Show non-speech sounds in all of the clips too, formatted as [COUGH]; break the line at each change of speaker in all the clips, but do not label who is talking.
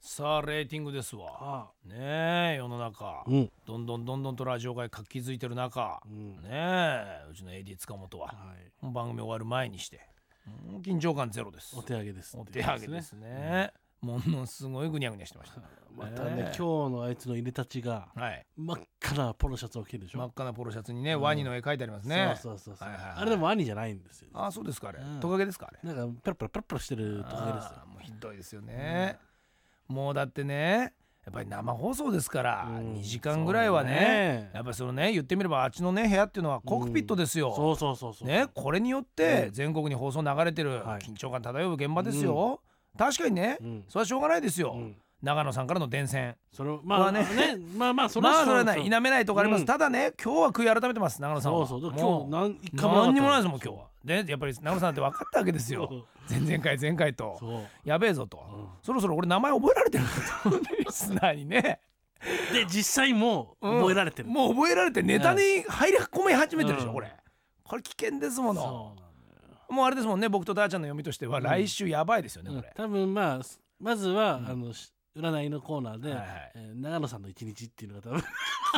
さあレーティングですわ
あ
ねえ世の中、
うん
どんどんどんどんとラジオ界活気づいてる中、
ん
ねえうちの AD 塚本は、
はい
この番組終わる前にして、うん緊張感ゼロです
お手上げです
お手上げですね、ものすごいぐにゃぐにゃしてました
またね、
ええ
今日のあいつの入れたちが
はい
真っ赤なポロシャツを着てるでしょ、
真っ赤なポロシャツにね、ワニの絵描いてありますね
そうそうそうそう、
はいはいはい
あれでも兄じゃないんですよ
あそうですかあれ、
うん
トカゲですかあれ
なんかペロペロペロペロしてるとかですよ
あーもうひどいですよね、もうだってねやっぱり生放送ですから、
うん
2時間ぐらいはね
そうね
やっぱりそのね言ってみればあっちのね部屋っていうのはコックピットですよ、
そうそうそうそう、
ね、これによって
うん
全国に放送流れてる
はい
緊張感漂う現場ですよ、確かにね、
うん
それはしょうがないですよ、
うん
長野さんからの伝染
それをま
まあ
あ
ね
ねまあまあそれ
まあそれ
う
は
で
ない
すよ
否めないとこあります、
うん
ただね今日は悔い改めてます長野さん
そう
は
そうだから
も
今
う
日何一回
何にもないです
かった
もん今日はでやっぱり長野さんって分かったわけですよ前々回前回と
そう
やべえぞと、そろそろ俺名前覚えられてるんだとリスナーにね
で実際もう
うん
覚えられてる、
もう覚えられてネタに入り込み始めてるでしょ、
うん
これこれ危険ですもの
そうなんだ
もうあれですもんね僕とダーちゃんの読みとしては来週やばいですよね、
うん
これ、
多分まあすまずは、あのし占いのコーナーで、
はいはい
えー長野さんの一日っていうのが多分
来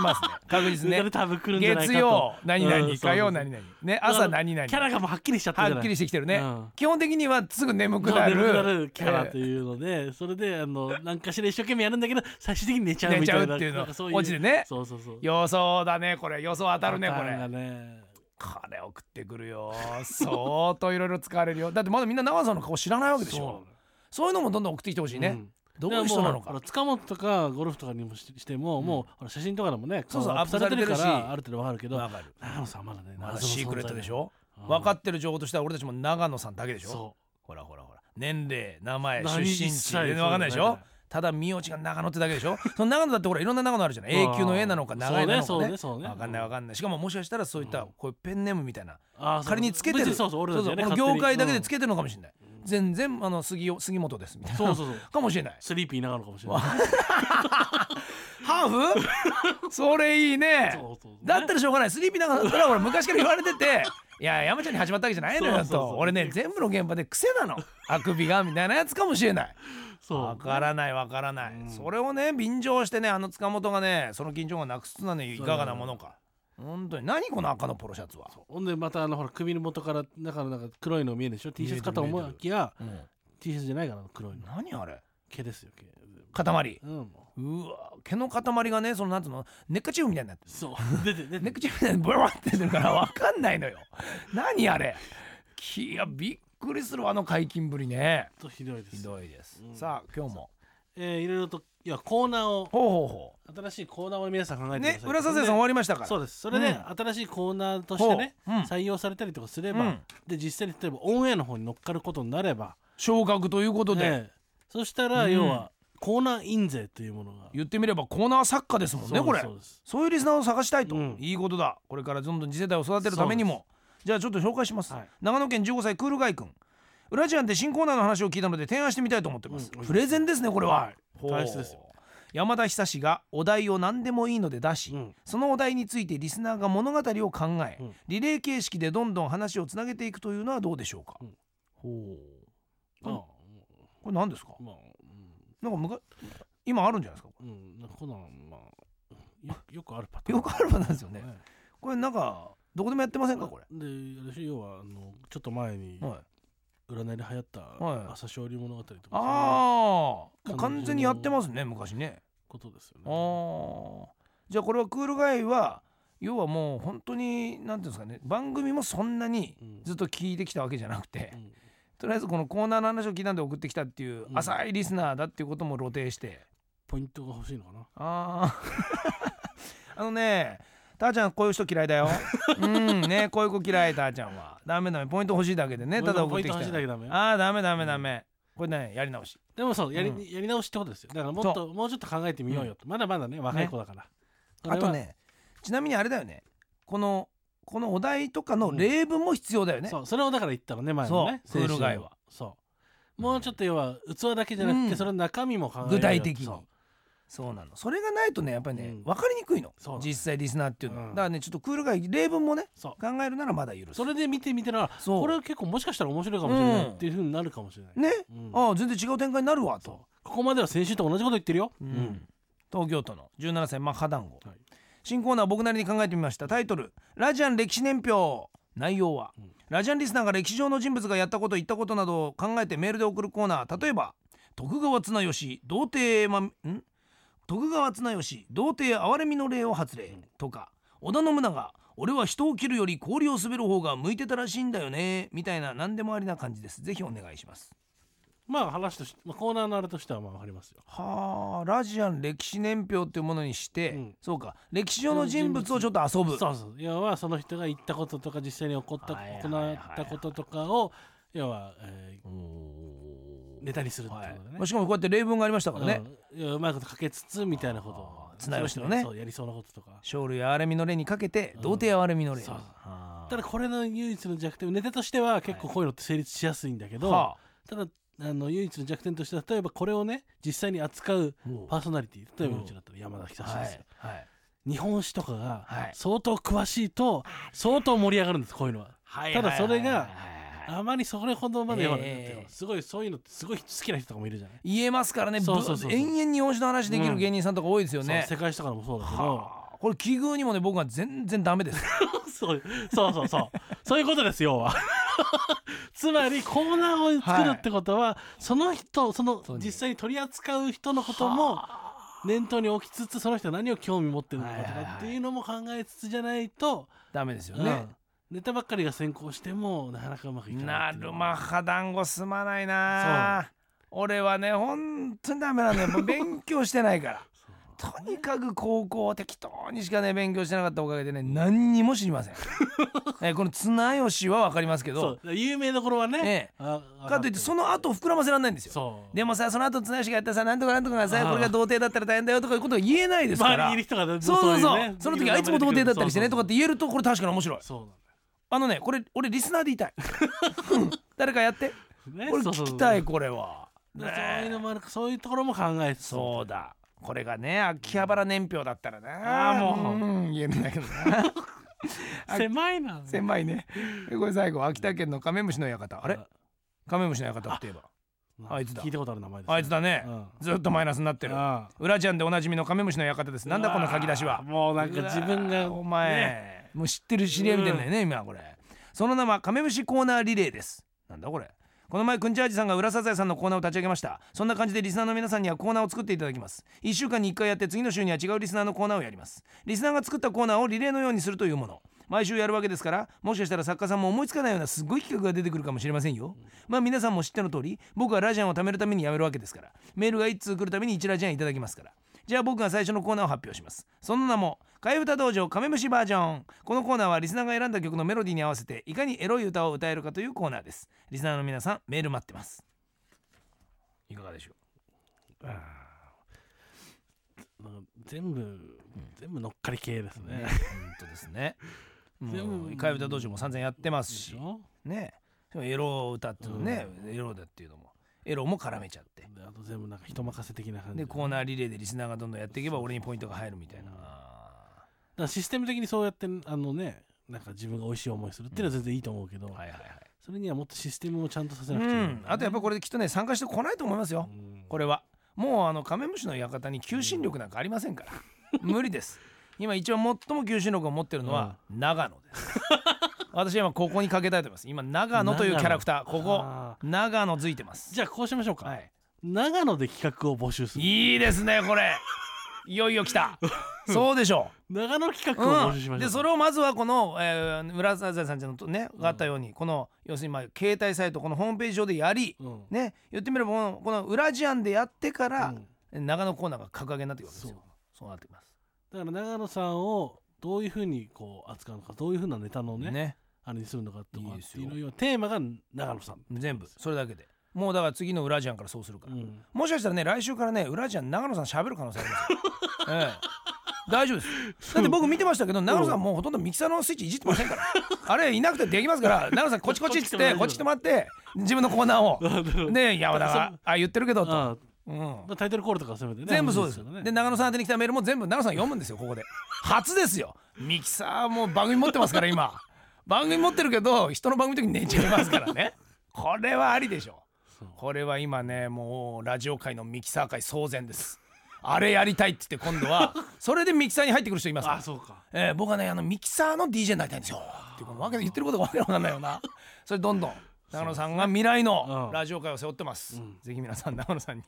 ます
[LAUGHS]
ね確実ね
ね多分来るんじゃないかと
月曜何々、
うん
火曜
そうそう
何々ね朝何々
キャラがもうはっきりしちゃってるじ
は
ゃな
っ
い
きりしてきてるね、
うん
基本的にはすぐ眠くなる
眠くなるキャラというので、それであの何かしら一生懸命やるんだけど最終的に寝ちゃうみたいな
寝ちゃうっていうの
なんかそう
オチでね
そうそうそう
えー予想だねこれ予想当たるねこ
パターン
れ
がね
これ送ってくるよ相当いろいろ使われるよだってまだみんな長野さんの顔知らないわけでし
そ
ょそういうのもどんどん送ってきてほしいね、
うん
どういう人なの
だらもうほら
か
塚本とかゴルフとかにもししても、もうほら写真とかでもね
そうそう
顔アップされてるか
アップされてるし
らある程度わかるけど
わかる
長野さんまだね
まだ
謎の存在
シークレットでしょ
うん
分かってる情報としては俺たちも長野さんだけでしょ
そ
ほらほらほら年齢名前出
何
身
一
地
切
全然分かんないでし
そう
ょ
だね
ただ名字が長野ってだけでしょその長野だってほらいろんな長野あるじゃない
うん
永久の A なのか長いなのか
そう
ね
ねそうねそうね
分かんない分かんないしかももしかしたらそういったこういうペンネームみたいな
うあーそう
仮につけて
別
る
にそうそう俺たちがね
そうそうこ
勝手
の
に
業界だけでつけてるのかもしれない全然あの杉尾杉本ですみたいな
そうそうそう
かもしれない
スリーピー長野かもしれない
ハーフ [LAUGHS] それいいね
そうそうそう
だったらしょうがないスリーピーなんかだったら俺昔から言われてていや山ちゃんに始まったわけじゃないのよ
そうそうそう
と俺ね全部の現場で癖なのあくびがみたいなやつかもしれない
そう
わからないわからない、それをね便乗してねあの塚本がねその緊張がなくすつなねいかがなものか本当に何この赤のポロシャツは
ほんでまたあのほら首の元から中のなんか黒いの見えるでしょ T シャツかと思いきや、
えてる見えて
T シャツじゃないかな黒いの
何あれ
毛ですよ毛
塊
うんもう
うわ毛の塊がねそのなんつうのネッカチーフみたいになってる
そう出て出て
ネッカチーフみたいにブワーって出てるから [LAUGHS] わかんないのよ何あれいやびっくりするわあの解禁ぶりね
ちょっとひどいです
ひどいです、さあ今日も
えーいろいろといやコーナーを
ほうほうほ
新しいコーナーを皆さん考え
う
てくだ
ね
さい
浦沢さん終
それで
わりましたから
そうですそれで、
うん
新しいコーナーとしてね、
ほううん
採用されたりとかすれば、
うん
で実際に例えばオンエアの方に乗っかることになれば、
昇格ということで、
ええそしたら要は、コーナー印税というものが
言ってみればコーナー作家ですもんね
そうです
これ
そうです
そういうリスナーを探したいと、
うん
いいことだこれからどんどん次世代を育てるためにもじゃあちょっと紹介します、
はい
長野県15歳クールガイ君ウラジアンで新コーナーの話を聞いたので提案してみたいと思ってます、
うん
プレゼンですねこれは、
はい
ほう
大切ですよ
山田久志がお題を何でもいいので出し、
うん
そのお題についてリスナーが物語を考え、
うん
リレー形式でどんどん話をつなげていくというのはどうでしょうか、
うん
ほ
まあ
うこれ何ですか
まあ
なんかむか今あるんじゃないですか
うん、うん、なんかこんなのまあよよくあるパターン
よくあるパターンですよね
ね
これなんかどこでもやってませんかこれ
であれでしょ要はあのちょっと前に
はい
占いで流行った
はい
朝青龍物語とか
ああ
そういう
もう完全にやってますね昔ね
ことですよね
ああじゃあこれはクールガイは要はもう本当になんていうんですかね番組もそんなにずっと聞いてきたわけじゃなくて、
うん
とりあえずこのコーナーの話を聞いたんで送ってきたっていう
うん
浅いリスナーだっていうことも露呈して、
ポイントが欲しいのかな
あ [LAUGHS] ああのねたーちゃんこういう人嫌いだようんねこういう子嫌いたーちゃんはダメダメポイント欲しいだけでねただ送ってき
ポイント欲しいだけダメ
たああダメダメダメ、これねやり直し
でもそうやり,、
うん
やり直しってことですよだからもっ
そ
ともうちょっと考えてみようよと、まだまだね若い子だから、これ
あ
は
とねちなみにあれだよねこのこのお題とかの例文も必要だよね、
そうそれをだから言ったのね前のね
そう
先週の
クールガイは
そうもうちょっと要は器だけじゃなくて、
うん
その中身も考えようよ
具体的に
そ
そうなのそれがないとねやっぱりね、
うん
分かりにくいの
そうなの
実際リスナーっていうのは、
うん
だからねちょっとクールが例文もね
うそ
考えるならまだ許
う
す
それで見てみたら
そう
これは結構もしかしたら面白いかもしれない
うん
っていうふうになるかもしれない、
ね、
うん
ああ全然違う展開になるわと
そうここまでは先週と同じこと言ってるよ、うん
東京都の17歳マッハ団子、
はい
新コーナーを僕なりに考えてみましたタイトル「ラジアン歴史年表」内容は、ラジアンリスナーが歴史上の人物がやったこと言ったことなどを考えてメールで送るコーナー例えば徳川綱吉童貞まん徳川綱吉童貞憐れみの礼を発令とか織田信長俺は人を切るより氷を滑る方が向いてたらしいんだよねみたいな何でもありな感じですぜひお願いします
まあ話として、まあ、コーナーのあれとしてはまあ分かりますよ
はあラジアン歴史年表っていうものにして、
うん
そうか歴史上の人物をちょっと遊ぶ
そうそう要はその人が言ったこととか実際に起こった
はいはい
行
はいはい
ったこととかを要は、えーネタにするってこ
は
と
い
だね、
まあしかもこうやって例文がありましたからね、
うんいやうまいことかけつつみたいなことを
あー綱吉のね
そうやりそうなこととか
生類憐れみの例にかけて
うん
童貞憐れみの例、
そう
はあ
ただこれの唯一の弱点ネタとしては結構こういうのって成立しやすいんだけど、
は
ただあの唯一の弱点としては例えばこれをね実際に扱うパーソナリティ例えば
うん
うちだったら山田久
あ
志
は
ですよ
い、はい
日本史とかが
はい
相当詳しいと相当盛り上がるんですこういうのは
はい
ただそれ
はい
が
はいはい
あまりそれほどまでは、
ええ
すごいそういうのってすごい好きな人とかもいるじゃない、
言えますからね
そうそうそうそう
ぶ延々日本史の話できる芸人さんとか多いですよね
そう、世界史とかもそうだけど
はあこれ奇遇にもね僕は全然ダメです
そうそうそうそうそういうことですよ要は [LAUGHS] つまりコーナーを作るってことは、その人その
そうね
実際に取り扱う人のことも念頭に置きつつその人が何を興味持ってるのか
は
と
いはいは
か
い
っていうのも考えつつじゃないと、
ダメですよ
う
ね
ん、ネタばっかりが先行してもなかなかうまくいかな
ない
っていう
る
の
ま
は
は団子すまないな俺はね本当にダメなんだ
[LAUGHS]
よもう勉強してないから
そう
とにかく高校を適当にしかね勉強してなかったおかげでね何にも知りませ
[LAUGHS]
んえーこの綱吉は分かりますけど
そう有名どころはね、
え
あ
えかといってその後膨らませられないんですよ
そう
でもさその後綱吉がやったさなんとかなんとかがさ
ああ
これが童貞だったら大変だよとかいうことが言えないですか
周り
ら
にいる人が
そうそうそう
いね
その時あいつも童貞だったりしてねとかって言えるとこれ確かに面白い
そうなんだよ
あのねこれ俺リスナーで言いたいうん [LAUGHS] 誰かやって
ね
これ
そうそう
聞
そ
き
う
たいこれは
だ
ね
か
え
らそういうのもあるそういうところも考えつつ
そうだこれがね秋葉原年表だったらね
ああもうん
言えるんだけど
[LAUGHS]
な
狭いな
狭いねこれ最後秋田県のカメムシの館あれ
あ
カメムシの館っていえばあいつだ
聞いたことある名前ですね
あいつだね
うん
ずっとマイナスになってる
あ
裏ちゃんでおなじみのカメムシの館です
あ
なんだこの書き出しは
もうなんか自分
うわ
が
ーお前、
ね
もう知ってる知り合いみたいだよね、今これその名はカメムシコーナーリレーですなんだこれこの前くんちあーじさんが浦サザエさんのコーナーを立ち上げましたそんな感じでリスナーの皆さんにはコーナーを作っていただきます1週間に1回やって次の週には違うリスナーのコーナーをやりますリスナーが作ったコーナーをリレーのようにするというもの毎週やるわけですからもしかしたら作家さんも思いつかないようなすごい企画が出てくるかもしれませんよまあ皆さんも知っての通り僕はラジアンを貯めるためにやめるわけですからメールが1通来るために1ラジアンいただきますからじゃあ僕が最初のコーナーを発表しますその名も「替え歌道場カメムシバージョン」このコーナーはリスナーが選んだ曲のメロディーに合わせていかにエロい歌を歌えるかというコーナーですリスナーの皆さんメール待ってますいかがでしょ
なんか全部全部乗っかり系です
うね
ね
本当ですね
でも
[LAUGHS] もう替え歌道場も散々やってます
で
し
しょ
ねでもエロ歌っていうのね、エロだっていうのもエロも絡めちゃって
であと全部なんか人任せ的な感じ
で
だか
コーナーリレーでリスナーがどんどんやっていけば俺にポイントが入るみたいな、
うんらシステム的にそうやってあのねなんか自分が美味しい思いするっていうのは全然いいと思うけど
はいはいはい
それにはもっとシステムをちゃんとさせ
う
なくちゃいけない
んあとやっぱこれきっとね参加してこないと思いますよ、
うん
これはもうあのカメムシの館に求心力なんかありませんから無理です今一番最も求心力を持ってるのは長野です
[LAUGHS]
私は今ここにかけたいと思います今長野というキャラクターこ
あ
こ長野付いてます
じゃあこうしましょうか、
はい
長野で企画を募集する
いいですねこれいよいよ来たそうでしょう
長野企画を募集し
う
ま
ん、
しょ
で
う、
それをまずはこの、えー、浦沢さんちゃんのねがあったように、この要するにまあ携帯サイトこのホームページ上でやり、
うん
ね言ってみればこのこの裏ジアンでやってから、
うん
長野コーナーが格上げになってくるわけですよ
そう
そうなってきます
だから長野さんをどういうふうにこう扱うのかどういうふうなネタのね
ね
あれにするのかっていう
いいですよ
のよテーマが長野さん、
全部それだけでもうだから次の裏ジアンからそうするか
う
ら、
ん、
もしかしたらね来週からね裏ジアン長野さん喋る可能性あり [LAUGHS] ますよ、ええ大丈夫ですだって僕見てましたけど長野さんもうほとんどミキサーのスイッチいじってませんからあれいなくてできます [LAUGHS] から長野さんこっちこっちっつってこ
こ
っ
っ
ち
ち
来て
来て
も
も
らって自分のコーナーを
なるほど
ね山田があ言ってるけどと、
あ
うん
まあタイトルコールとかせめてね
全部そうです
欲しいからね
で長野さん宛てに来たメールも全部長野さん読むんですよここで [LAUGHS] 初ですよミキサーもう番組持ってますから今 [LAUGHS] [LAUGHS] 番組持ってるけど人の番組の時に寝ちゃいますからねこれはありでしょ
そそう
これは今ねもうラジオ界のミキサー界騒然ですあれやりたいっつって今度 [LAUGHS] はそれでミキサーに入ってくる人いますから
あそうか
えー僕はねあのミキサーの DJ になりたいんですよっていうこのわけで言ってることがわけわかんないよ
[LAUGHS]
なそれどんどん長野さんが未来
う
の
ん
ラジオ界を背負ってます、
うん
ぜひ皆さん長野さんに、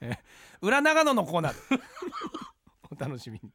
えー裏長野のコーナーで [LAUGHS] お楽しみに